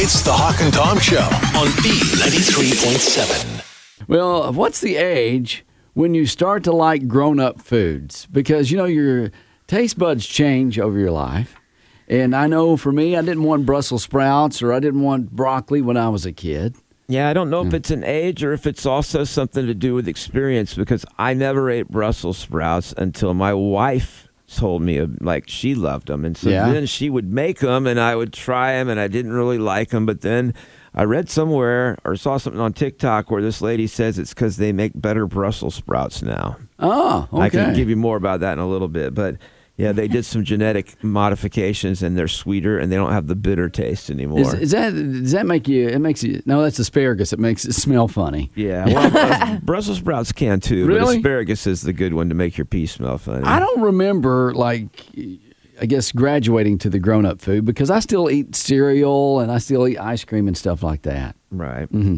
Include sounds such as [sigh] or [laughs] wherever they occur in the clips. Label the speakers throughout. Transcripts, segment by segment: Speaker 1: It's the Hawk and Tom Show on B93.7.
Speaker 2: Well, what's the age when you start to like grown up foods? Because, you know, your taste buds change over your life. And I know for me, I didn't want Brussels sprouts or I didn't want broccoli when I was a kid.
Speaker 3: Yeah, I don't
Speaker 2: Hmm.
Speaker 3: know if it's an age or if it's also something to do with experience because I never ate Brussels sprouts until my wife told me like she loved them. And so
Speaker 2: Yeah.
Speaker 3: then she would make them and I would try them and I didn't really like them. But then I read somewhere or saw something on TikTok where this lady says it's because they make better Brussels sprouts now.
Speaker 2: Oh, okay.
Speaker 3: I can give you more about that in a little bit. But yeah, they did some genetic modifications and they're sweeter and they don't have the bitter taste anymore.
Speaker 2: Is, is that does that make you? It makes you. No, that's asparagus. It makes it smell funny.
Speaker 3: Yeah, well,
Speaker 2: [laughs]
Speaker 3: Brus- Brussels sprouts can too, but
Speaker 2: Really?
Speaker 3: asparagus is the good one to make your pee smell funny.
Speaker 2: I don't remember like I guess graduating to the grown up food because I still eat cereal and I still eat ice cream and stuff like that.
Speaker 3: right.
Speaker 2: Mm-hmm.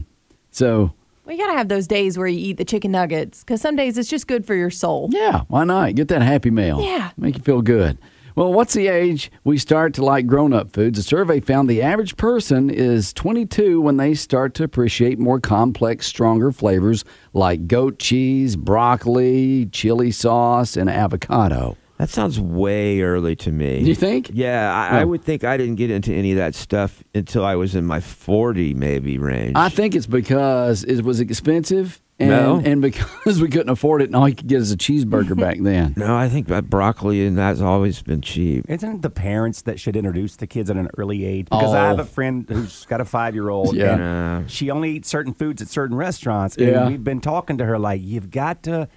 Speaker 2: So
Speaker 4: Well, you got to have those days where you eat the chicken nuggets because some days it's just good for your soul.
Speaker 2: yeah, why not get that happy meal?
Speaker 4: Yeah.
Speaker 2: make you feel good. Well, what's the age we start to like grown up foods? A survey found the average person is 22 when they start to appreciate more complex, stronger flavors like goat cheese, broccoli, chili sauce, and avocado.
Speaker 3: That sounds way early to me.
Speaker 2: Do you think?
Speaker 3: Yeah, I, I
Speaker 2: Oh.
Speaker 3: would think I didn't get into any of that stuff until I was in my 40 maybe range.
Speaker 2: I think it's because it was expensive and,
Speaker 3: No.
Speaker 2: and because [laughs] we couldn't afford it, and all you could get is a cheeseburger back then.
Speaker 3: no, I think that broccoli and that's always been cheap.
Speaker 5: Isn't it the parents that should introduce the kids at an early age? Because I have
Speaker 2: Oh.
Speaker 5: a friend who's got a five year old.
Speaker 2: Yeah.
Speaker 3: Yeah.
Speaker 5: And she only eats certain foods at certain restaurants.
Speaker 2: Yeah.
Speaker 5: And we've been talking to her like, you've got to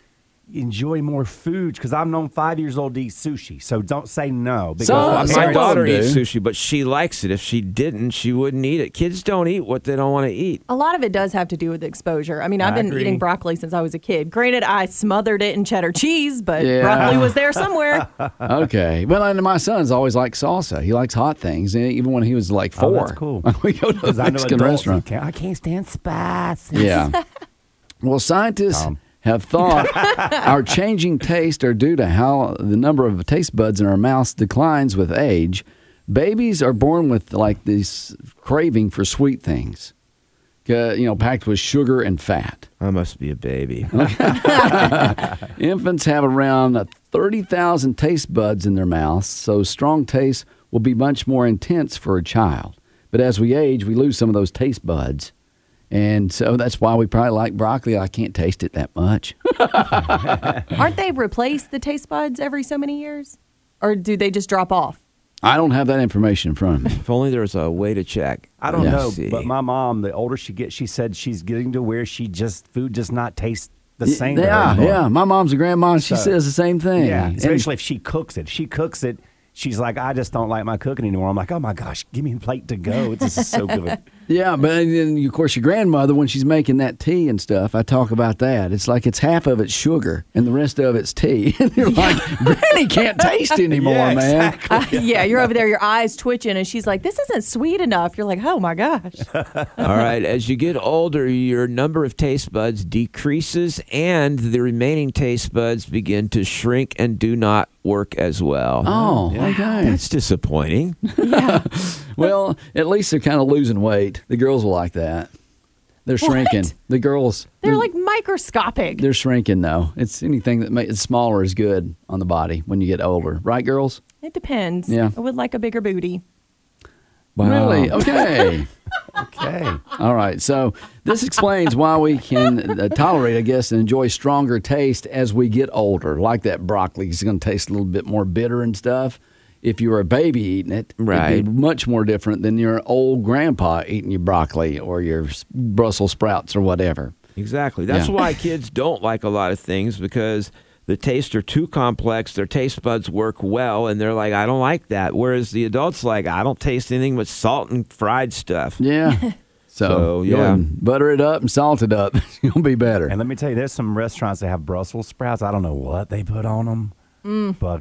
Speaker 5: enjoy more foods because I'm known five years old to eat sushi. So don't say no. Because
Speaker 2: Some-
Speaker 5: my
Speaker 2: some
Speaker 3: my
Speaker 5: parents- [laughs]
Speaker 3: daughter
Speaker 2: do.
Speaker 3: eats sushi, but she likes it. If she didn't, she wouldn't eat it. Kids don't eat what they don't want to eat.
Speaker 4: A lot of it does have to do with exposure. I mean, I've
Speaker 3: I
Speaker 4: been
Speaker 3: agree.
Speaker 4: eating broccoli since I was a kid. Granted, I smothered it in cheddar cheese, but
Speaker 2: Yeah.
Speaker 4: broccoli
Speaker 2: [laughs]
Speaker 4: was there somewhere.
Speaker 2: Okay. Well, and my son's always liked salsa. He likes hot things, and even when he was like
Speaker 5: Oh,
Speaker 2: four,
Speaker 5: that's cool.
Speaker 2: [laughs] we go to a
Speaker 5: Because I know
Speaker 2: Mexican
Speaker 5: adults who
Speaker 2: restaurant.
Speaker 5: can't- I can't stand spice. [laughs]
Speaker 2: Yeah. Well, scientists
Speaker 5: Tom.
Speaker 2: have
Speaker 5: [laughs]
Speaker 2: thought our changing tastes are due to how the number of taste buds in our mouths declines with age. Babies are born with like this craving for sweet things, uh, you know, packed with sugar and fat.
Speaker 3: I must be
Speaker 2: [laughs]
Speaker 3: a baby.
Speaker 2: Infants have around 30,000 taste buds in their mouths, so strong taste will be much more intense for a child. But as we age, we lose some of those taste buds. And so that's why we probably like broccoli. I can't taste it that much. [laughs]
Speaker 4: Aren't they replaced the taste buds every so many years? Or do they just
Speaker 2: [laughs]
Speaker 4: drop off?
Speaker 2: I don't have that information in front of me.
Speaker 3: if only there was a way to check.
Speaker 5: I don't
Speaker 2: Yeah.
Speaker 5: know,
Speaker 3: See.
Speaker 5: but my mom, the older she gets, she said she's getting to where she just food does not taste the same. to her
Speaker 2: Yeah,
Speaker 5: anymore.
Speaker 2: yeah. My mom's a grandma. She
Speaker 5: So-
Speaker 2: says the same thing.
Speaker 5: Yeah,
Speaker 2: And-
Speaker 5: especially if she cooks it. If she cooks it, she's like, I just don't like my cooking anymore. I'm like, oh my gosh, give me a plate to go. This is
Speaker 2: [laughs]
Speaker 5: so good.
Speaker 2: Yeah, but then of course your grandmother when she's making that tea and stuff, I talk about that. It's like it's half of it's sugar and the rest of it's tea. [laughs] and you're like, Granny can't taste anymore,
Speaker 5: Yeah,
Speaker 2: man.
Speaker 4: Uh, [laughs] yeah, you're over there, your eyes twitching, and she's like, this isn't sweet enough. You're like, oh my gosh.
Speaker 3: All right. As you get older, your number of taste buds decreases, and the remaining taste buds begin to shrink and do not work as well.
Speaker 2: Oh, okay. [laughs]
Speaker 3: That's disappointing.
Speaker 2: Well, at least they're kind of losing weight. The girls will like that. They're shrinking. The girls.
Speaker 4: They're like microscopic.
Speaker 2: they're shrinking though. It's anything that makes it smaller is good on the body when you get older, right, girls?
Speaker 4: it depends.
Speaker 2: Yeah.
Speaker 4: I would like a bigger booty.
Speaker 2: Really? Okay.
Speaker 5: Okay.
Speaker 2: All right. So this explains why we can uh, tolerate, I guess, and enjoy stronger taste as we get older. Like that broccoli is going to taste a little bit more bitter and stuff. If you were a baby eating it,
Speaker 3: Right.
Speaker 2: it'd be much more different than your old grandpa eating your broccoli or your s- Brussels sprouts or whatever.
Speaker 3: Exactly. That's
Speaker 2: Yeah.
Speaker 3: why kids don't like a lot of things because the tastes are too complex. Their taste buds work well, and they're like, I don't like that. Whereas the adults like, I don't taste anything but salt and fried stuff.
Speaker 2: Yeah. [laughs] So,
Speaker 3: So,
Speaker 2: go
Speaker 3: yeah.
Speaker 2: and butter it up and salt it up. [laughs] You'll be better.
Speaker 5: And let me tell you, there's some restaurants that have Brussels sprouts. I don't know what they put on them, but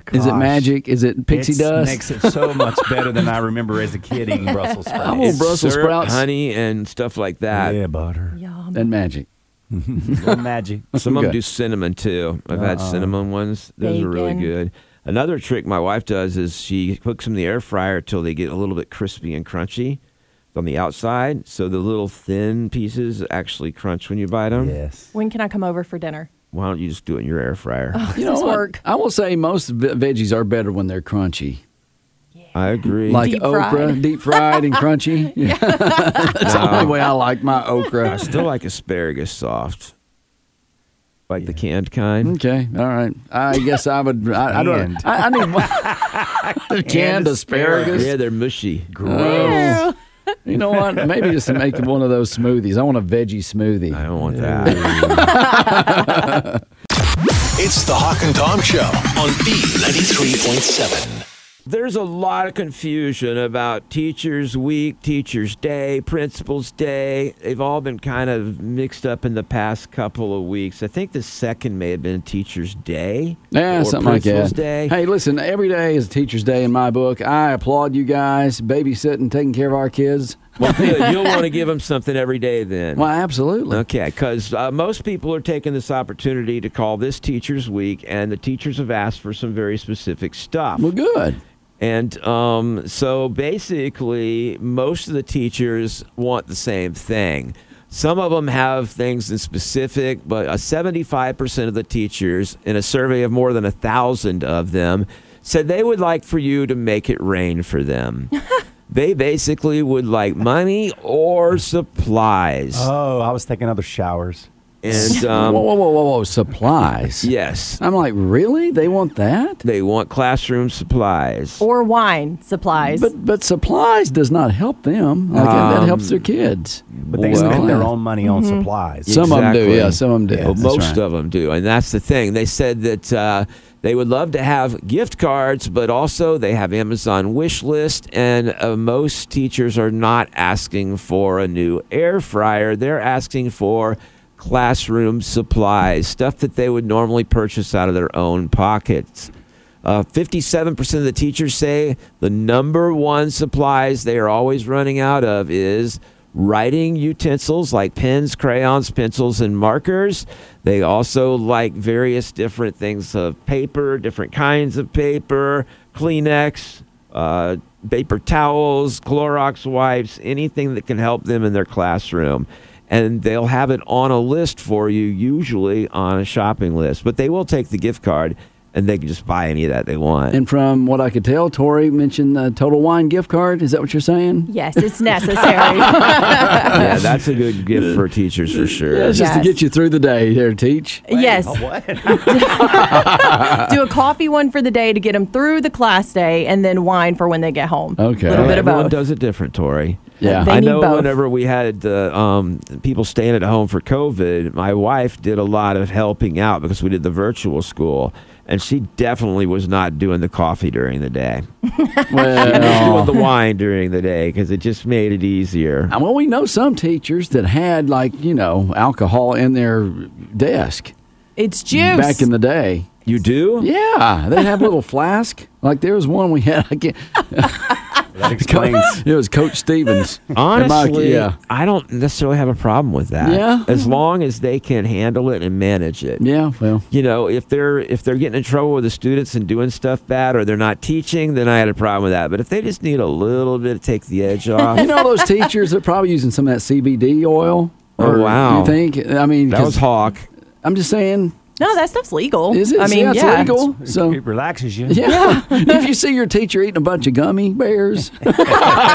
Speaker 2: Mm. Is it
Speaker 5: gosh,
Speaker 2: magic? Is it pixie
Speaker 5: it's-
Speaker 2: dust?
Speaker 5: Makes it so much better than I remember as a kid eating
Speaker 2: [laughs]
Speaker 5: Brussels sprouts.
Speaker 2: want
Speaker 3: It's
Speaker 2: Brussels
Speaker 3: syrup,
Speaker 2: sprouts.
Speaker 3: honey, and stuff like that.
Speaker 5: yeah, butter,
Speaker 4: Yum.
Speaker 2: and magic.
Speaker 5: Little magic.
Speaker 3: Some of them
Speaker 2: Okay. Uh-uh.
Speaker 3: do cinnamon too. I've had cinnamon ones; those are really
Speaker 4: Bacon.
Speaker 3: good. Another trick my wife does is she cooks them in the air fryer till they get a little bit crispy and crunchy on the outside, so the little thin pieces actually crunch when you bite them.
Speaker 5: Yes.
Speaker 4: When can I come over for dinner?
Speaker 3: Why don't you just do it in your air fryer?
Speaker 2: You
Speaker 4: This
Speaker 2: know what?
Speaker 4: work.
Speaker 2: I will say most ve- veggies are better when they're crunchy.
Speaker 3: I agree.
Speaker 2: Like
Speaker 4: Deep
Speaker 2: okra,
Speaker 4: fried.
Speaker 2: deep fried and crunchy. Yeah. [laughs] That's the only way I like my
Speaker 3: I
Speaker 2: okra.
Speaker 3: still like asparagus soft, like the canned kind.
Speaker 2: Okay, all right. I guess I would. I, I
Speaker 5: Canned.
Speaker 2: don't. I, I need
Speaker 3: [laughs]
Speaker 2: one. the canned
Speaker 5: Canned
Speaker 2: asparagus.
Speaker 3: Yeah, they're mushy.
Speaker 2: Oh. You know what? Maybe just make one of those smoothies. I want a veggie smoothie.
Speaker 3: I don't want that.
Speaker 1: It's the Hawk and Tom Show on B93.7.
Speaker 3: There's a lot of confusion about Teachers Week, Teachers Day, Principals Day. They've all been kind of mixed up in the past couple of weeks. I think the second may have been Teachers Day.
Speaker 2: Yeah,
Speaker 3: or
Speaker 2: something like
Speaker 3: Principals
Speaker 2: that.
Speaker 3: Day.
Speaker 2: Hey, listen, every day is a teacher's day in my book. I applaud you guys babysitting, taking care of our kids.
Speaker 3: Well, good. You'll want to give them something every day then.
Speaker 2: Why, absolutely.
Speaker 3: Okay, because uh, most people are taking this opportunity to call this Teachers Week, and the teachers have asked for some very specific stuff.
Speaker 2: Well, good.
Speaker 3: And um, so basically, most of the teachers want the same thing. Some of them have things in specific, but uh, 75% of the teachers, in a survey of more than a thousand of them, said they would like for you to make it rain for them. they basically would like money or supplies.
Speaker 5: Oh, I was taking other showers.
Speaker 3: and
Speaker 2: whoa, [laughs]
Speaker 3: um,
Speaker 2: whoa, whoa, whoa, whoa. Supplies.
Speaker 3: yes,
Speaker 2: I'm like, really? They want that?
Speaker 3: they want classroom supplies.
Speaker 4: Or wine supplies.
Speaker 2: But but supplies does not help them. Like, that- that helps their kids.
Speaker 5: But they
Speaker 3: Well-
Speaker 5: spend their own money on
Speaker 2: Mm-hmm.
Speaker 5: supplies.
Speaker 2: Some of them do.
Speaker 3: Exactly.
Speaker 2: Yeah, some of them do.
Speaker 5: Yeah,
Speaker 3: Well,
Speaker 2: That's
Speaker 3: most uh,
Speaker 2: right.
Speaker 3: of them do, and that's the thing. They said that uh, they would love to have gift cards, but also they have Amazon wish list, and uh, most teachers are not asking for a new air fryer. They're asking for classroom supplies, stuff that they would normally purchase out of their own pockets. Uh, 57% of the teachers say the number one supplies they are always running out of is writing utensils like pens, crayons, pencils, and markers. They also like various different things of paper, different kinds of paper, Kleenex, uh, paper towels, Clorox wipes, anything that can help them in their classroom. And they'll have it on a list for you, usually on a shopping list. But they will take the gift card and they can just buy any of that they want.
Speaker 2: And from what I could tell, Tori mentioned the Total Wine gift card. Is that what you're saying?
Speaker 4: yes,
Speaker 2: [laughs]
Speaker 4: it's necessary. [laughs]
Speaker 3: yeah, that's a good gift for teachers for sure.
Speaker 2: It's just to
Speaker 4: Yes.
Speaker 2: get you through the day there, Teach.
Speaker 4: yes.
Speaker 5: What?
Speaker 4: [laughs] Do a coffee one for the day to get them through the class day and then wine for when they get home.
Speaker 2: Okay.
Speaker 4: A little bit of
Speaker 3: Everyone
Speaker 4: both.
Speaker 3: does it different, Tori.
Speaker 2: Yeah.
Speaker 4: They
Speaker 3: I
Speaker 4: need
Speaker 3: know
Speaker 4: both.
Speaker 3: whenever we had uh, um, people staying at home for COVID, my wife did a lot of helping out because we did the virtual school, and she definitely was not doing the coffee during the day.
Speaker 2: Well, Oh.
Speaker 3: doing the wine during the day because it just made it easier.
Speaker 2: Uh, Well, we know some teachers that had like you know alcohol in their desk
Speaker 4: It's juice.
Speaker 2: back in the day.
Speaker 3: You do?
Speaker 2: Yeah, they have a little flask. Like there was one we had. I can't,
Speaker 5: That explains.
Speaker 2: it was Coach Stevens. And my-
Speaker 3: Honestly,
Speaker 2: yeah,
Speaker 3: I don't necessarily have a problem with that.
Speaker 2: Yeah.
Speaker 3: As long as they can handle it and manage it.
Speaker 2: yeah. Well,
Speaker 3: You know, if they're if they're getting in trouble with the students and doing stuff bad or they're not teaching, then I had a problem with that. But if they just need a little bit to take the
Speaker 2: [laughs]
Speaker 3: edge off.
Speaker 2: you know those teachers that are probably using some of that CBD oil.
Speaker 3: Oh, wow.
Speaker 2: You think? I mean,
Speaker 3: That
Speaker 2: 'cause
Speaker 3: was Hawk.
Speaker 2: I'm just saying.
Speaker 4: no, that stuff's legal.
Speaker 2: Is it?
Speaker 4: I mean,
Speaker 2: yeah, it's
Speaker 4: yeah.
Speaker 2: legal. [laughs] So
Speaker 4: [laughs]
Speaker 5: It relaxes you.
Speaker 2: yeah, [laughs] if you see your teacher eating a bunch of gummy bears,
Speaker 4: [laughs]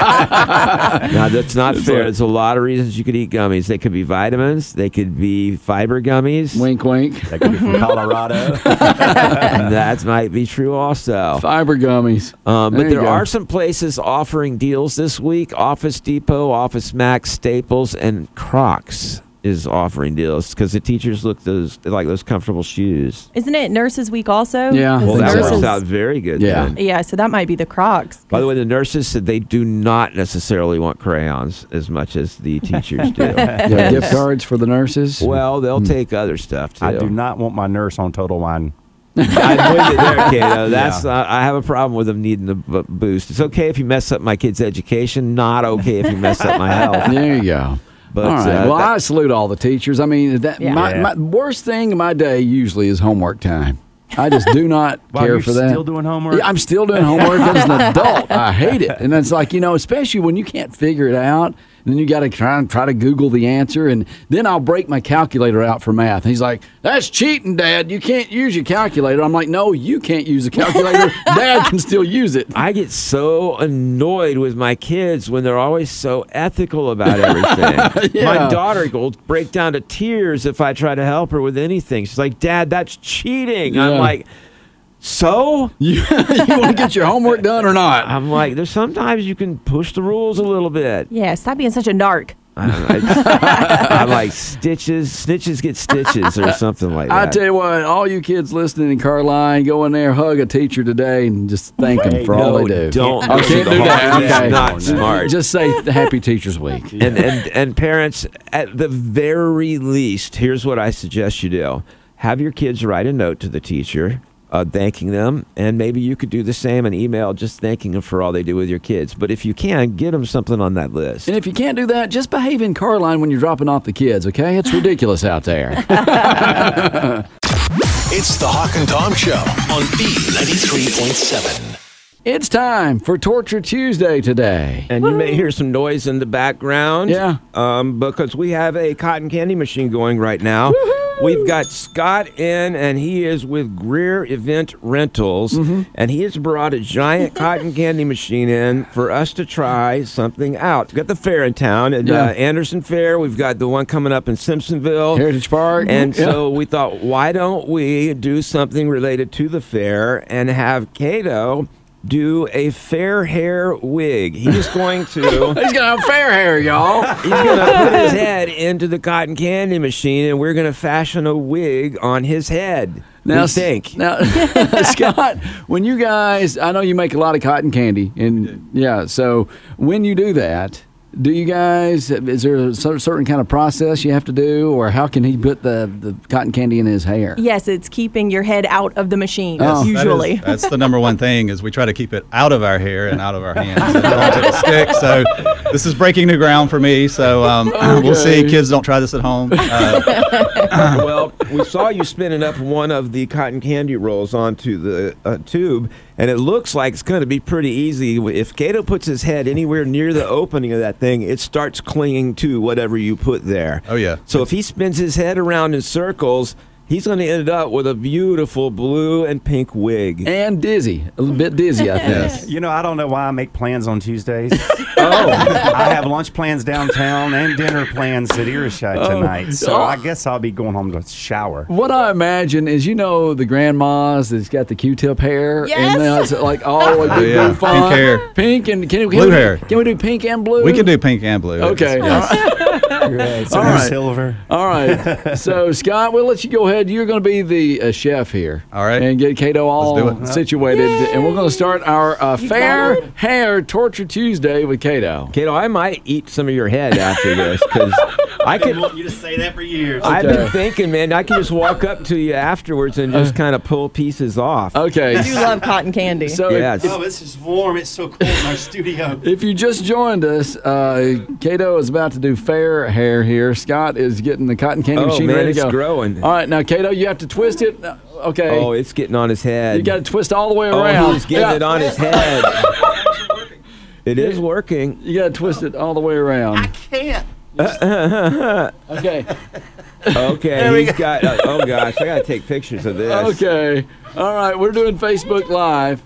Speaker 3: Now that's not fair.
Speaker 2: like-
Speaker 3: There's a lot of reasons you could eat gummies. They could be vitamins. They could be fiber gummies.
Speaker 2: wink, wink.
Speaker 5: That could be
Speaker 2: [laughs]
Speaker 5: from Colorado.
Speaker 3: that might be true also.
Speaker 2: Fiber gummies.
Speaker 3: Um, but
Speaker 2: There you
Speaker 3: there
Speaker 2: go.
Speaker 3: are some places offering deals this week Office Depot, Office Max, Staples, and Crocs is offering deals because the teachers look those they like those comfortable shoes.
Speaker 4: Isn't it Nurses Week also?
Speaker 2: Yeah.
Speaker 4: Because
Speaker 3: Well,
Speaker 2: Well,
Speaker 3: that
Speaker 2: nurses-
Speaker 3: works out very good.
Speaker 2: Yeah.
Speaker 3: then.
Speaker 4: Yeah, so that might be the Crocs.
Speaker 3: By the way, the nurses said they do not necessarily want crayons as much as
Speaker 5: [laughs]
Speaker 3: the teachers do.
Speaker 2: Yeah, gift cards for the nurses.
Speaker 3: Well, they'll take other stuff too.
Speaker 5: Hmm. I do not want my nurse on Total Wine.
Speaker 3: [laughs] I'm with you
Speaker 5: [laughs]
Speaker 3: there, Kato. That's
Speaker 5: Yeah.
Speaker 3: uh, I have a problem with them needing the b- boost. It's okay if you mess up my kid's education. Not okay if you mess up my
Speaker 5: [laughs]
Speaker 3: health.
Speaker 2: There you go.
Speaker 3: But,
Speaker 2: all right.
Speaker 3: uh,
Speaker 2: well,
Speaker 3: that-
Speaker 2: I salute all the teachers. I mean, that
Speaker 4: Yeah.
Speaker 2: my,
Speaker 5: Yeah.
Speaker 2: my worst thing in my day usually is homework time. I just do
Speaker 5: [laughs]
Speaker 2: not
Speaker 5: Wow,
Speaker 2: care
Speaker 5: you're
Speaker 2: for that.
Speaker 5: still doing homework?
Speaker 2: Yeah, I'm still doing homework as an adult. I hate it, and it's like you know, especially when you can't figure it out, and then you got to try and try to Google the answer, and then I'll break my calculator out for math. he's like, "That's cheating, Dad. You can't use your calculator." I'm like, "No, you can't use a
Speaker 5: [laughs]
Speaker 2: calculator. Dad can still use it." [laughs]
Speaker 3: I get so annoyed with my kids when they're always so ethical about everything.
Speaker 2: [laughs] Yeah.
Speaker 3: My daughter will break down to tears if I try to help her with anything. She's like, "Dad, that's cheating."
Speaker 2: Yeah.
Speaker 3: I'm like, "So?"
Speaker 2: You, you want to get your homework done or not?
Speaker 3: I'm like, "There's sometimes you can push the rules a little bit."
Speaker 4: Yeah, stop being such a narc.
Speaker 3: I don't
Speaker 2: [laughs]
Speaker 3: know. It's- I'm like stitches, snitches get stitches or something like
Speaker 2: I
Speaker 3: that.
Speaker 2: tell you what, all you kids listening in Carline, go in there, hug a teacher today, and just thank them for all
Speaker 3: no,
Speaker 2: they do.
Speaker 3: don't.
Speaker 2: I
Speaker 3: listen
Speaker 2: can't
Speaker 3: to
Speaker 2: do that.
Speaker 3: Harvey. That's
Speaker 2: Okay.
Speaker 3: not smart.
Speaker 2: Just say Happy Teachers
Speaker 3: [laughs]
Speaker 2: Week.
Speaker 3: and, and and parents, at the very least, here's what I suggest you do: have your kids write a note to the teacher. Uh, thanking them, and maybe you could do the same an email just thanking them for all they do with your kids. But if you can, get them something on that list.
Speaker 2: And if you can't do that, just behave in Carline when you're dropping off the kids, okay? It's ridiculous out
Speaker 3: [laughs]
Speaker 2: there.
Speaker 1: It's the Hawk and Tom Show on B93.7.
Speaker 2: it's time for Torture Tuesday today.
Speaker 3: And you may hear some noise in the background.
Speaker 2: Yeah.
Speaker 3: Um, because we have a cotton candy machine going right now. We've got Scott in, and he is with Greer Event Rentals,
Speaker 2: Mm-hmm.
Speaker 3: and he has brought
Speaker 2: [laughs]
Speaker 3: a giant cotton candy machine in for us to try something out. We've got the fair in town, and
Speaker 2: Yeah.
Speaker 3: uh, Anderson Fair. We've got the one coming up in Simpsonville.
Speaker 2: Heritage Park.
Speaker 3: And
Speaker 2: Oh. Yeah.
Speaker 3: so we thought, why don't we do something related to the fair and have Cato do a fair hair wig? He's going to.
Speaker 2: He's gonna have fair hair,
Speaker 3: [laughs]
Speaker 2: y'all.
Speaker 3: He's going
Speaker 2: [laughs]
Speaker 3: to put his head into the cotton candy machine, and we're going to fashion a wig on his head. we
Speaker 2: s-
Speaker 3: think.
Speaker 2: Now, [laughs] Scott, when you guys, I know you make a lot of cotton candy, and yeah, so when you do that, do you guys, is there a cer- certain kind of process you have to do, or how can he put the, the cotton candy in his hair?
Speaker 4: Yes, it's keeping your head out of the machine,
Speaker 2: Yes, that is- [laughs]
Speaker 4: usually.
Speaker 6: That is, that's the number one thing is we try to keep it out of our hair and out of our hands and onto the stick. So this is breaking new ground for me.
Speaker 2: [laughs]
Speaker 6: So um, we'll see.
Speaker 2: Okay.
Speaker 6: Kids don't try this at home. Uh,
Speaker 3: well, we saw you spinning up one of the cotton candy rolls onto the uh, tube, and it looks like it's going to be pretty easy. If Cato puts his head anywhere near the opening of that thing, it starts clinging to whatever you put there.
Speaker 6: Oh, yeah.
Speaker 3: So if he spins his head around in circles, he's going to end up with a beautiful blue and pink wig.
Speaker 2: And dizzy, a little bit dizzy, I think.
Speaker 6: yes.
Speaker 5: You know, I don't know why I make plans on Tuesdays. oh, I have lunch plans downtown and dinner plans at Irisha tonight. So
Speaker 2: Oh.
Speaker 5: I guess I'll be going home to shower.
Speaker 2: What I imagine is, you know, the grandmas that's got the Q-tip hair,
Speaker 4: Yes.
Speaker 2: and then it's like all
Speaker 6: [laughs]
Speaker 2: the way big
Speaker 6: Oh, yeah.
Speaker 2: blue font,
Speaker 6: Pink hair.
Speaker 2: pink and can, can
Speaker 6: Blue
Speaker 2: we, do-
Speaker 6: hair.
Speaker 2: Can we do pink and blue?
Speaker 6: We can do pink and blue.
Speaker 2: Okay.
Speaker 5: So
Speaker 2: All right.
Speaker 5: silver.
Speaker 2: All
Speaker 3: [laughs]
Speaker 2: right. so Scott, we'll let you go ahead. You're going to be the uh, chef here.
Speaker 6: All right.
Speaker 2: And get Kato all
Speaker 6: do it.
Speaker 2: situated, and we're going to start our uh, fair hair torture Tuesday with Kato.
Speaker 3: Cato, I might eat some of your head after this because
Speaker 2: [laughs]
Speaker 3: I could.
Speaker 5: you to say that for years.
Speaker 3: I've
Speaker 2: Okay. Uh.
Speaker 3: been thinking, man, I can just walk up to you afterwards and just kind of pull pieces off.
Speaker 2: Okay.
Speaker 4: I do love cotton candy.
Speaker 2: So if-
Speaker 3: Yes.
Speaker 7: Oh, this is warm. It's so cold in our
Speaker 5: [laughs]
Speaker 7: studio.
Speaker 2: If you just joined us, uh, Kato is about to do fair hair here. Scott is getting the cotton candy
Speaker 3: Oh,
Speaker 2: machine
Speaker 3: man,
Speaker 2: ready to
Speaker 3: it's
Speaker 2: go.
Speaker 3: growing.
Speaker 2: All right, now Kato, you have to twist it. Uh, Okay.
Speaker 3: Oh, it's getting on his head.
Speaker 2: you got to twist all the way
Speaker 3: Oh,
Speaker 2: around.
Speaker 3: he's getting
Speaker 2: Yeah,
Speaker 3: it on his head. it is working. [laughs]
Speaker 2: You got to twist it all the way around.
Speaker 7: Can't.
Speaker 2: Okay.
Speaker 3: Okay, he's got. uh, oh gosh, I gotta take pictures of this.
Speaker 2: Okay. All right, we're doing Facebook Live.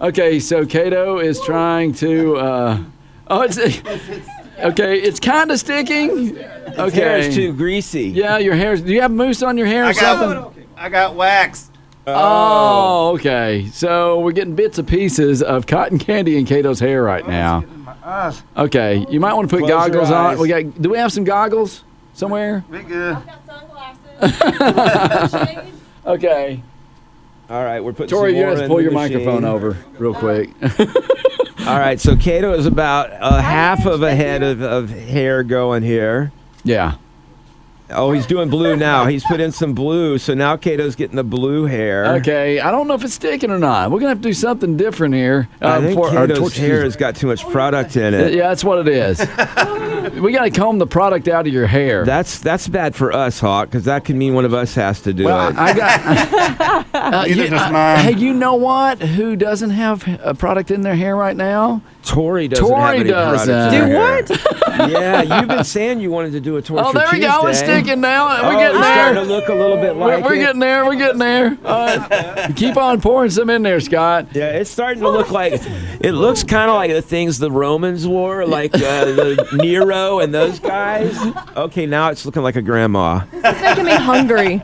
Speaker 2: Okay, so Kato is trying to. Uh, oh, it's. [laughs] Okay, it's kind of sticking.
Speaker 3: His hair is
Speaker 2: Okay.
Speaker 3: too greasy.
Speaker 2: Yeah, your hair's. Do you have mousse on your hair or
Speaker 7: I
Speaker 2: something?
Speaker 7: got, I got wax.
Speaker 2: Oh, okay. So we're getting bits and pieces of cotton candy in Kato's hair
Speaker 3: Oh,
Speaker 2: right now. Okay, you might want to put
Speaker 3: Close your
Speaker 2: goggles on.
Speaker 3: eyes.
Speaker 2: We got. Do we have some goggles? somewhere?
Speaker 7: We good.
Speaker 2: Okay.
Speaker 3: All right, we're putting.
Speaker 2: Tori,
Speaker 3: some
Speaker 2: you
Speaker 3: more
Speaker 2: have to
Speaker 3: in
Speaker 2: pull
Speaker 3: the
Speaker 2: your
Speaker 3: machine.
Speaker 2: microphone over real quick. [laughs]
Speaker 3: All right, so Cato is about a half of a head of, of hair going here.
Speaker 2: yeah.
Speaker 3: Oh, he's doing blue now. He's put in some blue, so now Cato's getting the blue hair.
Speaker 2: Okay. I don't know if it's sticking or not. We're gonna have to do something different here. uh,
Speaker 3: I think
Speaker 2: before um, our
Speaker 3: Cato's
Speaker 2: torch-
Speaker 3: hair has got too much product in it.
Speaker 2: Yeah, that's what it
Speaker 3: [laughs]
Speaker 2: is. we gotta comb the product out of your hair.
Speaker 3: That's that's bad for us, Hawk, because that could mean one of us has to do
Speaker 2: well,
Speaker 3: it.
Speaker 2: I, I
Speaker 3: [laughs]
Speaker 2: got. Uh,
Speaker 7: Neither
Speaker 2: you-
Speaker 7: does
Speaker 2: uh,
Speaker 7: mine.
Speaker 2: hey, you know what? Who doesn't have a product in their hair right now?
Speaker 3: Tori doesn't have
Speaker 2: Tori
Speaker 3: any product in
Speaker 2: doesn't.
Speaker 3: her
Speaker 2: Do
Speaker 3: hair. [laughs] yeah, you've been saying you wanted to do a torture
Speaker 2: Oh, there we
Speaker 3: Tuesday.
Speaker 2: go. It's sticking now. We're
Speaker 3: Oh,
Speaker 2: getting
Speaker 3: it's
Speaker 2: there.
Speaker 3: starting to look a little bit
Speaker 2: We're-
Speaker 3: like
Speaker 2: we're
Speaker 3: it.
Speaker 2: getting there. We're getting
Speaker 3: [laughs]
Speaker 2: there. All right. Keep on pouring some in there, Scott.
Speaker 3: Yeah, it's starting to look like it looks kind of like the things the Romans wore, like uh,
Speaker 2: [laughs]
Speaker 3: the Nero and those guys. Okay, now it's looking like a grandma.
Speaker 4: It's making
Speaker 2: [laughs]
Speaker 4: me hungry.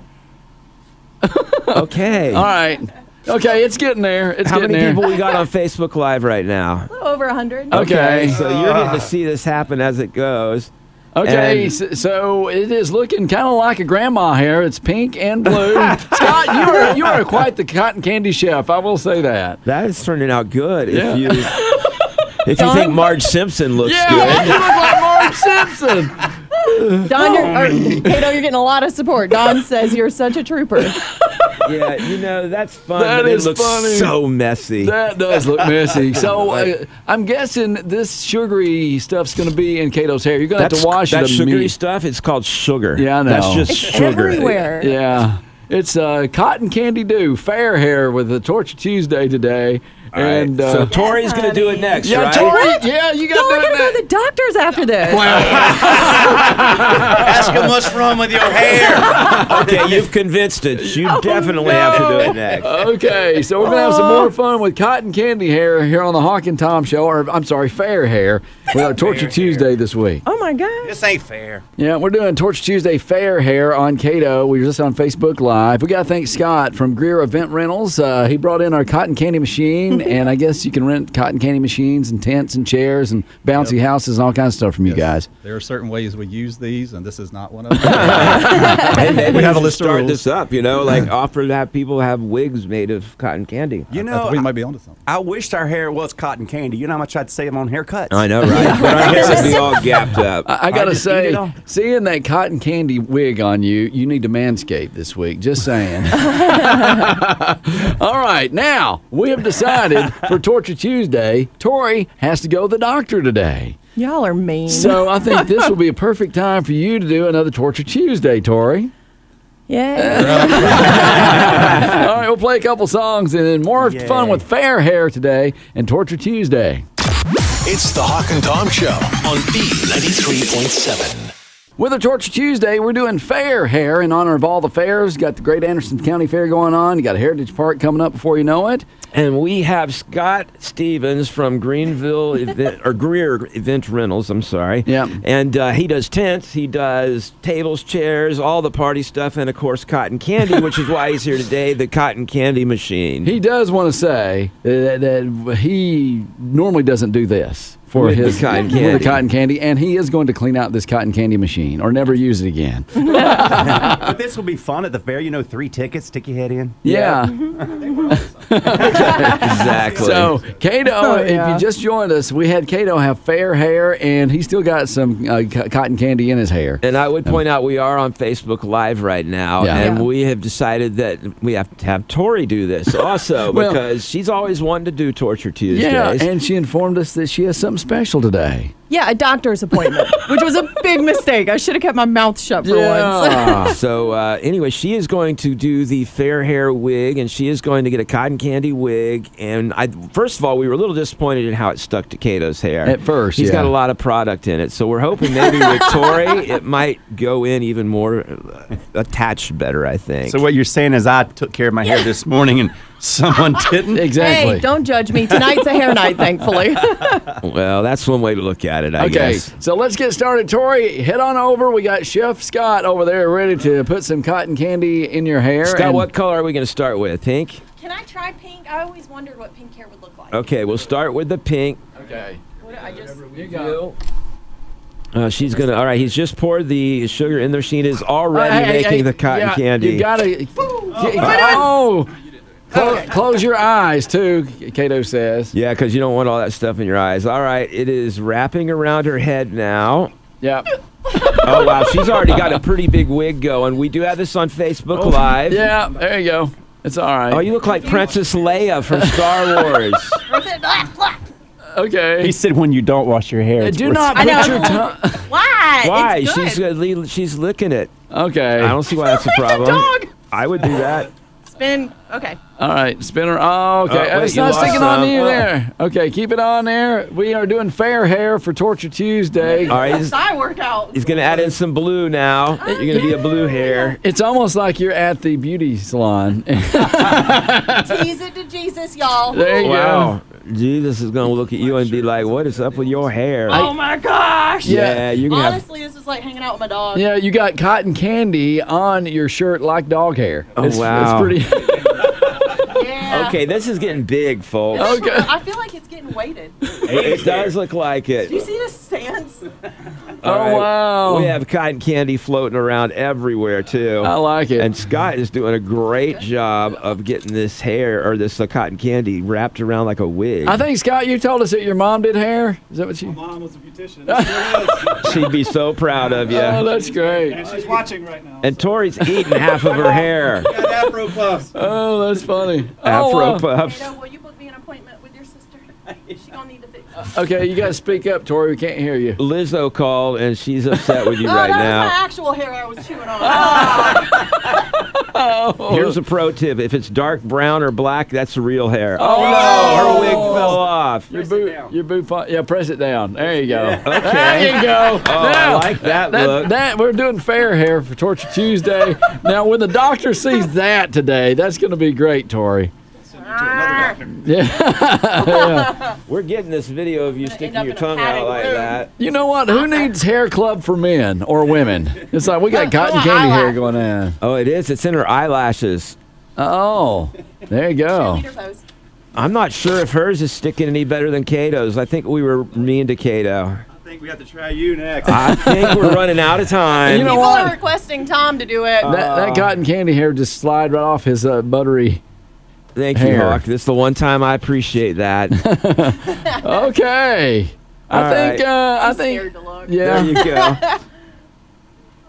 Speaker 3: Okay,
Speaker 2: All right. Okay, it's getting there. It's
Speaker 3: how
Speaker 2: getting
Speaker 3: many
Speaker 2: there.
Speaker 3: people we got on Facebook Live right now?
Speaker 4: Over 100.
Speaker 2: Okay. Uh,
Speaker 3: so you're getting to see this happen as it goes.
Speaker 2: Okay,
Speaker 3: And-
Speaker 2: so, so it is looking kind of like a grandma hair. It's pink and
Speaker 3: [laughs]
Speaker 2: blue. Scott, you are you are quite the cotton candy chef. I will say that.
Speaker 3: That is turning out good.
Speaker 2: Yeah. [laughs]
Speaker 3: If you if you think Marge Simpson looks
Speaker 2: yeah,
Speaker 3: good.
Speaker 2: you look like
Speaker 3: [laughs]
Speaker 2: Marge Simpson.
Speaker 4: Don, you're, or, [laughs] Kato, you're getting a lot of support. Don says you're such a trooper.
Speaker 3: Yeah, you know that's fun.
Speaker 2: That
Speaker 3: but
Speaker 2: is
Speaker 3: it looks
Speaker 2: funny.
Speaker 3: so messy.
Speaker 2: That does look
Speaker 3: [laughs]
Speaker 2: messy. So uh, I'm guessing this sugary stuff's going to be in Cato's hair. You're going to have to wash
Speaker 3: that
Speaker 2: it
Speaker 3: sugary
Speaker 2: immediately.
Speaker 3: stuff. It's called sugar.
Speaker 2: Yeah, I
Speaker 3: That's
Speaker 2: know.
Speaker 3: just
Speaker 2: It's
Speaker 3: sugar.
Speaker 4: Everywhere.
Speaker 2: Yeah, it's uh, cotton candy dew, fair hair with the Torture Tuesday today,
Speaker 3: All right,
Speaker 2: and uh,
Speaker 3: so Tori's gonna do it next,
Speaker 2: yeah,
Speaker 3: right?
Speaker 2: Tori, yeah, you
Speaker 4: Y'all are
Speaker 2: got to
Speaker 4: going to go to the doctor's after this.
Speaker 7: Ask him what's wrong with your hair.
Speaker 3: okay, you've convinced us.
Speaker 2: Oh,
Speaker 3: You definitely have to do it next.
Speaker 2: Okay, so we're gonna have some more fun with cotton candy hair here on the Hawk and Tom show, or I'm sorry, fair hair with our Torture Tuesday this week.
Speaker 4: Oh my gosh.
Speaker 7: This ain't fair.
Speaker 2: Yeah, we're doing Torture Tuesday fair hair on Cato. We were just on Facebook Live. We gotta thank Scott from Greer Event Rentals. Uh, he brought in our cotton candy machine, and I guess you can rent cotton candy machines and tents and chairs and bouncy houses and all kinds of stuff from you guys.
Speaker 6: There are certain ways we use these, and this is
Speaker 2: [laughs]
Speaker 6: not one of them. we have a
Speaker 3: should
Speaker 6: list of
Speaker 3: start
Speaker 6: rules.
Speaker 3: this up, you know, like offer to have people have wigs made of cotton candy.
Speaker 5: You
Speaker 6: I
Speaker 5: know,
Speaker 6: think we might be onto something.
Speaker 5: I wished our hair was cotton candy. You know how much I'd save on haircuts.
Speaker 3: I know, right? But our hair would be all gapped up.
Speaker 2: I gotta
Speaker 5: just eat it
Speaker 2: say,
Speaker 5: all.
Speaker 2: seeing that cotton candy wig on you, you need to manscape this week. Just saying. [laughs] All right, now we have decided for Torture Tuesday, Tori has to go to the doctor today.
Speaker 4: Y'all are mean.
Speaker 2: So I think this will be a perfect time for you to do another Torture Tuesday, Tori.
Speaker 8: [laughs]
Speaker 4: yeah.
Speaker 2: All right, we'll play a couple songs and then more fun with fair hair today and Torture Tuesday.
Speaker 1: It's the Hawk and Tom Show on B93.7.
Speaker 2: With a Torture Tuesday, we're doing fair hair in honor of all the fairs. Got the Great Anderson County Fair going on. You got Heritage Park coming up before you know it.
Speaker 3: And we have Scott Stevens from
Speaker 2: [laughs]
Speaker 3: Greenville event, or Greer Event Rentals. I'm sorry.
Speaker 2: Yep.
Speaker 3: And uh, he does tents, he does tables, chairs, all the party stuff, and of course cotton candy, which is why he's here today. The cotton candy machine.
Speaker 2: He does want to say that, that he normally doesn't do this for
Speaker 3: With the
Speaker 2: his
Speaker 3: cotton
Speaker 2: with the
Speaker 3: candy.
Speaker 2: cotton candy, and he is going to clean out this cotton candy machine or never use it again.
Speaker 5: [laughs] But this will be fun at the fair. You know, three tickets, stick your head in.
Speaker 2: [laughs] Yeah.
Speaker 3: exactly.
Speaker 2: So, Cato,
Speaker 4: yeah.
Speaker 2: if you just joined us, we had Cato have fair hair, and he still got some uh, co- cotton candy in his hair.
Speaker 3: And I would point out we are on Facebook Live right now,
Speaker 2: um, Yeah.
Speaker 3: and
Speaker 4: Yeah.
Speaker 3: we have decided that we have to have Tori
Speaker 2: [laughs]
Speaker 3: do this also
Speaker 2: Well-
Speaker 3: because she's always wanted to do Torture Tuesdays.
Speaker 2: Yeah, and she informed us that she has something special today.
Speaker 4: Yeah, a doctor's appointment, which was a big mistake. I should have kept my mouth shut for
Speaker 2: [laughs]
Speaker 4: once.
Speaker 3: so uh, anyway, she is going to do the fair hair wig, and she is going to get a cotton candy wig. And I, first of all, we were a little disappointed in how it stuck to Cato's hair
Speaker 2: At first,
Speaker 3: He's
Speaker 2: yeah.
Speaker 3: got a lot of product in it, so we're hoping
Speaker 2: [laughs]
Speaker 3: maybe with Tori it might go in even more uh, attached better. I think.
Speaker 5: So what you're saying is I took care of my hair this morning and someone didn't.
Speaker 2: exactly.
Speaker 4: Hey, don't judge me. Tonight's a hair
Speaker 8: [laughs]
Speaker 4: night, thankfully.
Speaker 3: well, that's one way to look at it. I
Speaker 2: Okay,
Speaker 3: guess.
Speaker 2: so let's get started. Tori, head on over. We got Chef Scott over there ready to put some cotton candy in your hair.
Speaker 3: Scott,
Speaker 2: and-
Speaker 3: what color are we going to start with? Pink.
Speaker 8: Can I try pink? I always wondered what pink hair would look like.
Speaker 3: Okay, we'll start with the pink.
Speaker 2: Okay.
Speaker 8: What- I just
Speaker 2: You go.
Speaker 3: Uh, she's gonna. All right, he's just poured the sugar in there. She is already
Speaker 2: Hey, hey,
Speaker 3: making
Speaker 2: hey,
Speaker 3: the cotton
Speaker 2: yeah,
Speaker 3: candy.
Speaker 2: You gotta. Yeah, Oh, Clo- close your eyes too. Kato says.
Speaker 3: Yeah, because you don't want all that stuff in your eyes. All right, it is wrapping around her head now.
Speaker 2: Yep.
Speaker 3: Oh wow, she's already got a pretty big wig going. We do have this on Facebook Live.
Speaker 2: Yeah, there you go. It's all right.
Speaker 3: Oh, you look like Princess Leia from Star Wars.
Speaker 2: okay.
Speaker 5: He said when you don't wash your hair.
Speaker 2: Uh,
Speaker 5: it's
Speaker 2: Do
Speaker 5: worse.
Speaker 2: not
Speaker 4: I know.
Speaker 2: put your tongue.
Speaker 4: Why?
Speaker 3: Why?
Speaker 4: It's good.
Speaker 3: She's uh, le- she's licking it.
Speaker 2: Okay.
Speaker 3: I don't see why that's a problem.
Speaker 4: dog.
Speaker 3: I would do that.
Speaker 4: Spin. Okay.
Speaker 2: All right, spinner. Oh, okay.
Speaker 3: Uh, wait,
Speaker 2: it's
Speaker 3: you
Speaker 2: not
Speaker 3: lost
Speaker 2: sticking on
Speaker 3: some.
Speaker 2: you
Speaker 3: Oh.
Speaker 2: there. Okay, keep it on there. We are doing fair hair for Torture Tuesday.
Speaker 3: All right, he's,
Speaker 4: Side workout.
Speaker 3: he's gonna add in some blue now. You're gonna be a blue hair.
Speaker 2: It's almost like you're at the beauty salon. [laughs]
Speaker 8: Tease it to Jesus, y'all.
Speaker 2: there you go.
Speaker 3: Wow. Jesus is gonna look at you and be like, "What is up with your hair?"
Speaker 4: Oh my gosh.
Speaker 3: yeah, you can have.
Speaker 8: Honestly, this is like hanging out with my dog.
Speaker 2: Yeah, you got cotton candy on your shirt like dog hair.
Speaker 3: Oh,
Speaker 2: it's,
Speaker 3: wow.
Speaker 2: It's pretty. [laughs]
Speaker 8: Yeah.
Speaker 3: Okay, this is getting big, folks.
Speaker 2: okay.
Speaker 8: I feel like it's getting weighted. Do
Speaker 3: It, it does look like it.
Speaker 8: you see the stance?
Speaker 2: Oh, wow.
Speaker 3: We have cotton candy floating around everywhere too.
Speaker 2: I like it.
Speaker 3: And Scott is doing a great job of getting this hair or this uh, cotton candy wrapped around like a wig.
Speaker 2: I think Scott, you told us that your mom did hair. Is that what you?
Speaker 9: Mom was a beautician. [laughs] Still is.
Speaker 3: She'd be so proud of you.
Speaker 2: [laughs] Oh, that's great.
Speaker 9: And she's watching right now.
Speaker 3: and Tori's eating half of her hair.
Speaker 9: Got afro puffs.
Speaker 2: Oh, that's funny.
Speaker 3: Afro
Speaker 2: oh, wow.
Speaker 3: puffs.
Speaker 4: [laughs]
Speaker 8: Kato, will you book me an appointment with your [laughs] sister? She gonna need to fix it.
Speaker 2: Okay, you gotta speak up, Tori. We can't hear you.
Speaker 3: Lizzo called and she's upset
Speaker 2: [laughs]
Speaker 3: with you
Speaker 8: oh,
Speaker 3: right
Speaker 8: that
Speaker 3: now.
Speaker 8: was my actual hair I was chewing on. Ah,
Speaker 2: Oh.
Speaker 3: Here's a pro tip: if it's dark brown or black, that's real hair. Oh, no, her wig fell off.
Speaker 2: Your boot, your boot, fo- yeah, press it down. There you go.
Speaker 3: Okay. [laughs]
Speaker 2: There you go.
Speaker 3: Oh, I
Speaker 2: Now,
Speaker 3: like that,
Speaker 2: that,
Speaker 3: look.
Speaker 2: that we're doing fair hair for Torture Tuesday. now, when the doctor sees that today, that's going to be great, Tori.
Speaker 3: We're getting this video of you sticking
Speaker 8: up
Speaker 3: your
Speaker 8: in a
Speaker 3: tongue out
Speaker 8: padded
Speaker 3: like
Speaker 8: room.
Speaker 3: that.
Speaker 2: You know what? Who needs hair club for men or women? It's like we got
Speaker 3: [laughs]
Speaker 2: cotton
Speaker 8: my
Speaker 2: candy hair
Speaker 8: eyelash.
Speaker 2: going on.
Speaker 3: Oh, it is. It's in her eyelashes.
Speaker 2: Oh, there you go.
Speaker 8: Cheerleader
Speaker 4: Oh.
Speaker 8: pose.
Speaker 3: I'm not sure if hers is sticking any better than Kato's. I think we were mean to Kato.
Speaker 9: I think we have to try you next.
Speaker 3: I think we're running out of time.
Speaker 2: [laughs] You know
Speaker 8: People
Speaker 2: what?
Speaker 8: are requesting Tom to do it.
Speaker 2: That,
Speaker 3: Uh.
Speaker 2: that cotton candy hair just slide right off his uh, buttery.
Speaker 3: Thank you,
Speaker 2: Hair.
Speaker 3: Hawk. This is the one time I appreciate that.
Speaker 2: Okay. [laughs] I
Speaker 3: All
Speaker 2: think.
Speaker 3: right.
Speaker 2: Uh,
Speaker 8: Scared
Speaker 2: I think.
Speaker 8: to look.
Speaker 3: There
Speaker 2: Yeah. [laughs]
Speaker 3: you go.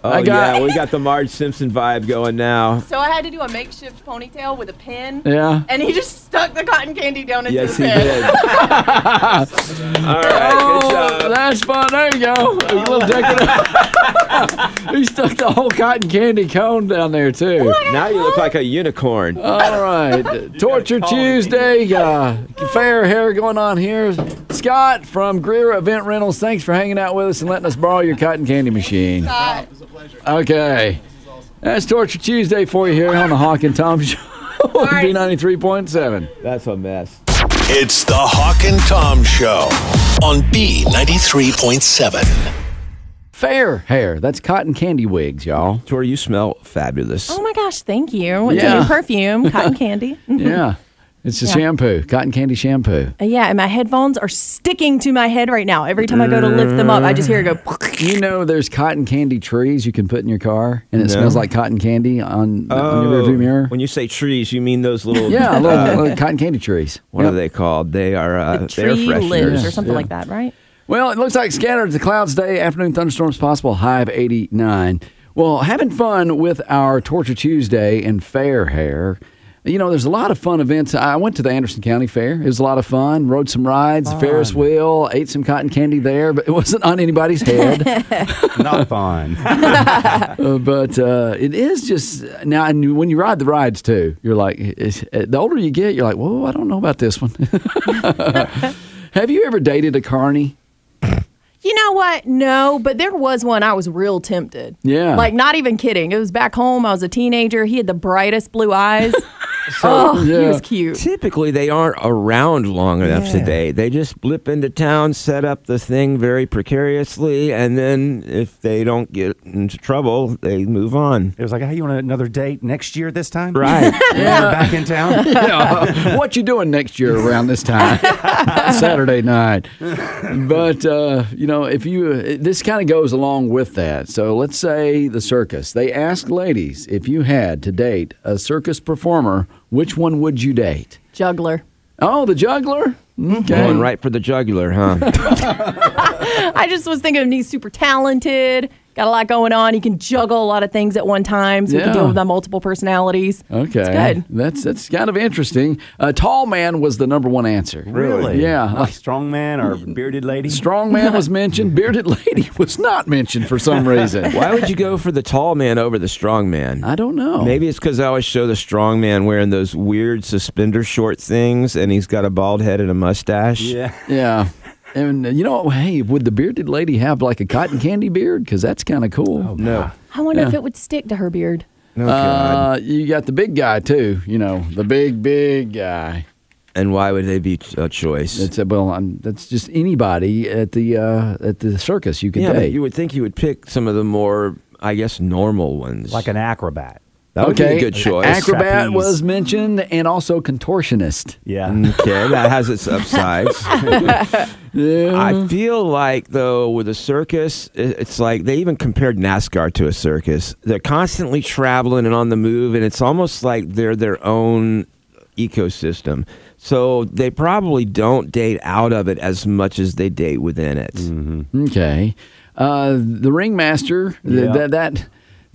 Speaker 3: Oh,
Speaker 2: I got-
Speaker 3: yeah. We got the Marge Simpson vibe going now.
Speaker 8: So I had to do a makeshift ponytail with a pin,
Speaker 2: Yeah.
Speaker 8: and he just stuck the cotton candy down into
Speaker 3: Yes,
Speaker 8: the
Speaker 3: he
Speaker 8: pin. [laughs]
Speaker 3: did. All [laughs] right. Good
Speaker 2: Oh,
Speaker 3: job.
Speaker 2: that's fun. There you go. A little decorative. [laughs] he stuck the whole cotton candy cone down there too.
Speaker 3: Now you look like a unicorn.
Speaker 2: All right, Torture
Speaker 9: call me.
Speaker 2: Tuesday. Uh, fair hair going on here. Scott from Greer Event Rentals. Thanks for hanging out with us and letting us borrow your cotton candy machine.
Speaker 8: Uh,
Speaker 9: It's a pleasure.
Speaker 2: Okay, that's Torture Tuesday for you here on the Hawk and Tom [laughs] Show. B ninety three point seven.
Speaker 3: That's a mess.
Speaker 1: It's the Hawk and Tom Show on B93.7.
Speaker 2: Fair hair. That's cotton candy wigs, y'all.
Speaker 3: Tori, you smell fabulous.
Speaker 4: Oh my gosh. Thank you. It's
Speaker 2: Yeah.
Speaker 4: a new perfume, cotton candy.
Speaker 2: Yeah, it's a
Speaker 4: Yeah.
Speaker 2: shampoo, cotton candy shampoo.
Speaker 4: Uh, yeah, and my headphones are sticking to my head right now. Every time I go to lift them up, I just hear it go.
Speaker 2: You know, there's cotton candy trees you can put in your car, and it
Speaker 3: No. Oh.
Speaker 2: smells like cotton candy on, on your rearview mirror.
Speaker 3: When you say trees, you mean those little [laughs]
Speaker 2: yeah, little,
Speaker 3: uh,
Speaker 2: little cotton candy trees.
Speaker 3: what
Speaker 2: Yep.
Speaker 3: are they called? They are uh, air
Speaker 4: [laughs] Tree
Speaker 3: fresheners.
Speaker 4: limbs or something
Speaker 2: Yeah.
Speaker 4: like that, right?
Speaker 2: Well, it looks like scattered to clouds today. Afternoon thunderstorms possible. High of 89. Well, having fun with our Torture Tuesday and Fair Hair. You know, there's a lot of fun events. I went to the Anderson County Fair. It was a lot of fun. Rode some rides, the Ferris wheel, ate some cotton candy there, but it wasn't on anybody's
Speaker 3: [laughs]
Speaker 2: head.
Speaker 5: not fun.
Speaker 2: Uh, but uh, it is just now, and when you ride the rides too, you're like, it's, uh, the older you get, you're like, whoa, I don't know about this one. [laughs] Have you ever dated a carny?
Speaker 4: You know what? No, but there was one I was real tempted.
Speaker 2: Yeah.
Speaker 4: Like, not even kidding. It was back home. I was a teenager. He had the brightest blue eyes. oh, he was cute.
Speaker 3: Typically, they aren't around long enough
Speaker 4: Yeah.
Speaker 3: today. They just blip into town, set up the thing very precariously, and then if they don't get into trouble, they move on.
Speaker 5: It was like, hey, you want another date next year this time?
Speaker 3: Right.
Speaker 5: yeah. Back in town?
Speaker 2: Yeah. [laughs] What you doing next year around this time? [laughs] Saturday night. But uh, you know, if you uh, this kind of goes along with that. So let's say the circus. They ask ladies if you had to date a circus performer, which one would you date?
Speaker 4: Juggler.
Speaker 2: Oh, the juggler. Okay.
Speaker 3: Going right for the
Speaker 2: [laughs]
Speaker 3: jugular, huh?
Speaker 4: I just was thinking of him. He's super talented. Got a lot going on. He can juggle a lot of things at one time, so he can
Speaker 2: Yeah.
Speaker 4: deal with the multiple personalities.
Speaker 2: Okay,
Speaker 4: It's good.
Speaker 2: That's that's kind of interesting. Uh, tall man was the number one answer.
Speaker 5: Really?
Speaker 2: Yeah.
Speaker 5: Like strong man or bearded lady?
Speaker 2: Strong man was mentioned. Bearded lady [laughs] was not mentioned for some
Speaker 3: [laughs]
Speaker 2: reason.
Speaker 3: Why would you go for the tall man over the strong man?
Speaker 2: I don't know.
Speaker 3: Maybe it's because I always show the strong man wearing those weird suspender short things, and he's got a bald head and a mustache.
Speaker 5: Yeah.
Speaker 2: Yeah. And uh, you know, hey, would the bearded lady have like a cotton candy beard? Because that's kind of cool.
Speaker 3: Oh, No.
Speaker 4: I wonder if
Speaker 2: Yeah.
Speaker 4: it would stick to her beard.
Speaker 3: No Oh, God.
Speaker 2: uh, you got the big guy too. You know, the big big guy.
Speaker 3: And why would they be ch- a choice?
Speaker 2: That's a, well, I'm, that's just anybody at the uh, at the circus you could
Speaker 3: yeah, but
Speaker 2: date.
Speaker 3: you would think you would pick some of the more, I guess, normal ones.
Speaker 5: Like an acrobat.
Speaker 3: that would
Speaker 2: okay,
Speaker 3: be a good choice.
Speaker 2: Acrobat
Speaker 5: Trapeze.
Speaker 2: was mentioned, and also contortionist.
Speaker 5: Yeah.
Speaker 2: Mm.
Speaker 3: okay, that has its upsides. I feel like though with a circus, i- it's like they even compared NASCAR to a circus. They're constantly traveling and on the move, and it's almost like they're their own ecosystem. So they probably don't date out of it as much as they date within it.
Speaker 2: Okay, uh, the ringmaster. th-
Speaker 5: Yeah.
Speaker 2: that that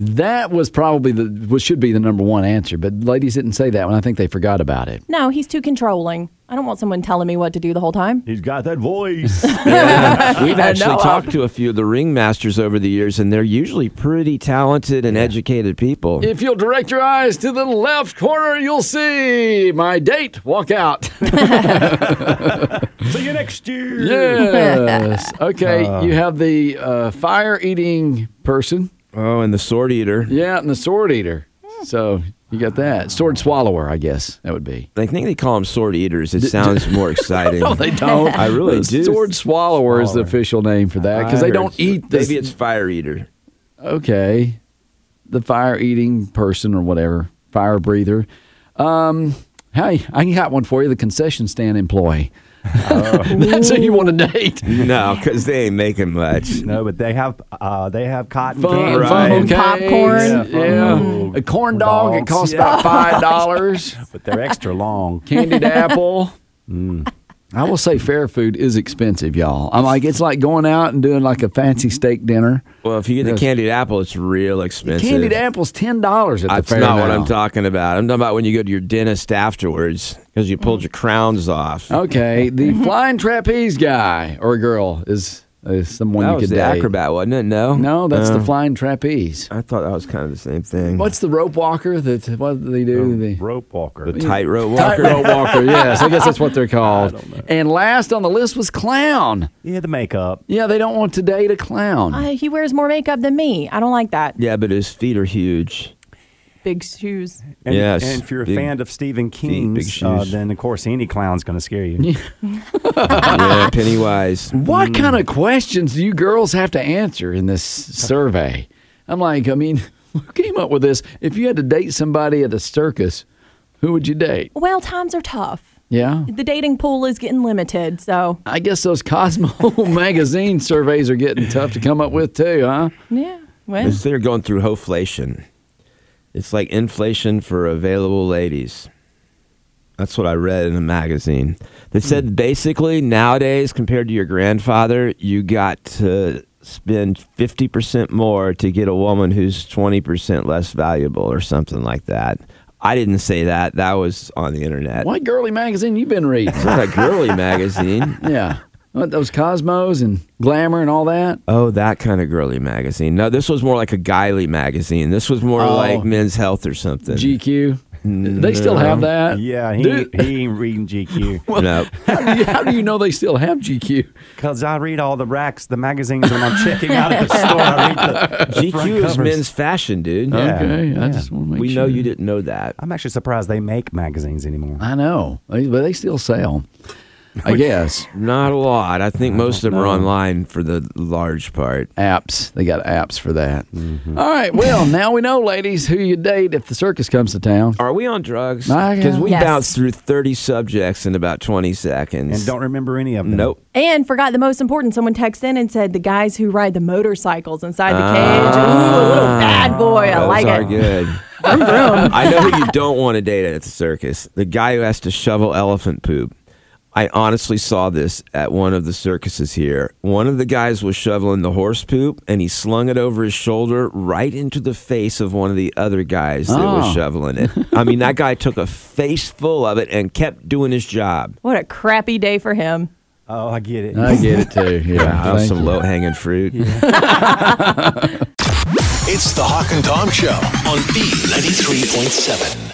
Speaker 2: that was probably the what should be the number one answer, but ladies didn't say that one. I think they forgot about it.
Speaker 4: No, he's too controlling. I don't want someone telling me what to do the whole time.
Speaker 5: He's got
Speaker 2: [laughs]
Speaker 5: that voice.
Speaker 3: We've actually
Speaker 4: No, I-
Speaker 3: talked to a few of the ringmasters over the years, and they're usually pretty talented and educated people.
Speaker 2: If you'll direct your eyes to the left corner, you'll see my date walk out. [laughs]
Speaker 5: See you next year.
Speaker 2: yes. Okay. you have the uh, fire eating person.
Speaker 3: oh, and the sword eater.
Speaker 2: Yeah, and the sword eater. So you got that. Sword swallower, I guess that would be.
Speaker 3: I think they call them sword eaters. It sounds more exciting.
Speaker 2: No, they don't.
Speaker 3: I really do.
Speaker 2: Sword swallower is the
Speaker 5: Swallower.
Speaker 2: official name for that because they don't eat this.
Speaker 3: Maybe it's fire eater.
Speaker 2: [laughs] okay, the fire eating person or whatever, fire breather. Um, hey, I got one for you. The concession stand employee.
Speaker 3: Oh.
Speaker 2: [laughs] That's who you want to date.
Speaker 3: No, because they ain't making much.
Speaker 5: No, but they have uh, they have cotton
Speaker 2: Fun,
Speaker 5: candy.
Speaker 3: Right.
Speaker 2: funnel cakes,
Speaker 4: Popcorn.
Speaker 2: Yeah,
Speaker 5: Yeah,
Speaker 2: yeah.
Speaker 5: funnel
Speaker 2: a corn dog. It
Speaker 5: dogs.
Speaker 2: costs
Speaker 3: [laughs]
Speaker 5: Yeah.
Speaker 2: about five dollars.
Speaker 5: But they're extra long.
Speaker 2: Candied apple.
Speaker 3: Mm.
Speaker 2: I will say fair food is expensive, y'all. I'm like it's like going out and doing like a fancy steak dinner.
Speaker 3: Well, if you get the
Speaker 2: Yes.
Speaker 3: candied apple, it's real expensive.
Speaker 2: Candied apples ten dollars at the
Speaker 3: That's
Speaker 2: fair.
Speaker 3: not what
Speaker 2: now.
Speaker 3: I'm talking about. I'm talking about when you go to your dentist afterwards because you pulled your crowns
Speaker 2: Oh,
Speaker 3: off.
Speaker 2: Okay,
Speaker 3: [laughs]
Speaker 2: the flying trapeze guy or girl is, is someone
Speaker 3: that
Speaker 2: you
Speaker 3: was
Speaker 2: could
Speaker 3: the
Speaker 2: date.
Speaker 3: acrobat, wasn't it? No,
Speaker 2: No, that's
Speaker 3: Uh,
Speaker 2: the flying trapeze.
Speaker 3: I thought that was kind of the same thing.
Speaker 2: What's the rope walker? That what do they do? The [laughs]
Speaker 5: Rope walker.
Speaker 3: the tightrope Oh, walker?
Speaker 2: tightrope walker. Yes, I guess that's
Speaker 3: [laughs]
Speaker 2: what they're called. And last on the list was clown.
Speaker 5: Yeah, the makeup.
Speaker 2: Yeah, they don't want to date a clown.
Speaker 4: Uh, he wears more makeup than me. I don't like that.
Speaker 3: Yeah, but his feet
Speaker 2: [laughs]
Speaker 3: are huge.
Speaker 4: Big shoes.
Speaker 5: And,
Speaker 3: Yes,
Speaker 5: And if you're a
Speaker 3: big-
Speaker 5: fan of Stephen
Speaker 3: big
Speaker 5: King's, uh,
Speaker 3: shoes.
Speaker 5: then of course any clown's going to scare you.
Speaker 3: yeah, Pennywise.
Speaker 2: What kind of questions do you girls have to answer in this survey? I'm like, I mean, [laughs] who came up with this? If you had to date somebody at a circus, who would you date?
Speaker 4: Well, times are tough.
Speaker 2: Yeah.
Speaker 4: The dating pool is getting limited, so
Speaker 2: I guess those Cosmo [laughs] magazine surveys are getting tough to come up with too, huh?
Speaker 4: yeah. Well,
Speaker 3: It's- They're going through hoflation. It's like inflation for available ladies. That's what I read in a magazine. They
Speaker 2: Hmm.
Speaker 3: said basically nowadays, compared to your grandfather, you got to spend 50% more to get a woman who's 20% less valuable or something like that. I didn't say that. That was on the internet.
Speaker 2: What girly magazine you been reading?
Speaker 3: It's not a girly magazine.
Speaker 2: [laughs] yeah. What, those Cosmos and Glamour and all that?
Speaker 3: Oh, that kind of girly magazine. No, this was more like a guyly magazine. This was more
Speaker 2: Oh.
Speaker 3: like Men's Health or something.
Speaker 2: GQ. They still have that.
Speaker 5: Yeah, he,
Speaker 2: Dude.
Speaker 5: he ain't
Speaker 3: [laughs]
Speaker 5: reading GQ.
Speaker 3: No.
Speaker 2: [laughs] how, do you, how do you know they still have GQ?
Speaker 5: Because I read all the racks, the magazines when I'm checking out at
Speaker 2: [laughs]
Speaker 5: the store. I read the
Speaker 3: GQ
Speaker 5: front
Speaker 3: is
Speaker 5: covers.
Speaker 3: men's fashion, dude.
Speaker 5: Yeah.
Speaker 2: Okay, I
Speaker 5: Yeah.
Speaker 2: just want to make
Speaker 3: We
Speaker 2: sure.
Speaker 3: know you didn't know that.
Speaker 5: I'm actually surprised they make magazines anymore.
Speaker 2: I know, They- but they still sell. I guess
Speaker 3: Not a lot. I think most of them are online for the large part.
Speaker 2: apps. They got apps for that.
Speaker 5: Mm-hmm.
Speaker 2: All right. Well, now we know, ladies, who you date if the circus comes to town.
Speaker 3: Are we on drugs?
Speaker 2: I guess-
Speaker 3: Because we
Speaker 4: Yes.
Speaker 3: bounced through 30 subjects in about 20 seconds.
Speaker 5: And don't remember any of them.
Speaker 3: Nope.
Speaker 4: And forgot the most important. Someone texted in and said the guys who ride the motorcycles inside the cage. Ooh, a little
Speaker 2: Ah.
Speaker 4: bad boy. I
Speaker 3: Those
Speaker 4: like
Speaker 3: are
Speaker 4: it.
Speaker 3: good. I know who you don't want to date at the circus. The guy who has to shovel elephant poop. I honestly saw this at one of the circuses here. One of the guys was shoveling the horse poop and he slung it over his shoulder right into the face of one of the other guys that
Speaker 2: Oh.
Speaker 3: was shoveling it. I mean, that guy took a face full of it and kept doing his job.
Speaker 4: What a crappy day for him.
Speaker 5: Oh, I get it.
Speaker 2: I get it too. Yeah,
Speaker 3: Wow,
Speaker 2: thank
Speaker 3: some
Speaker 2: you.
Speaker 3: low hanging fruit.
Speaker 1: It's the Hawk and Tom Show on B93.7.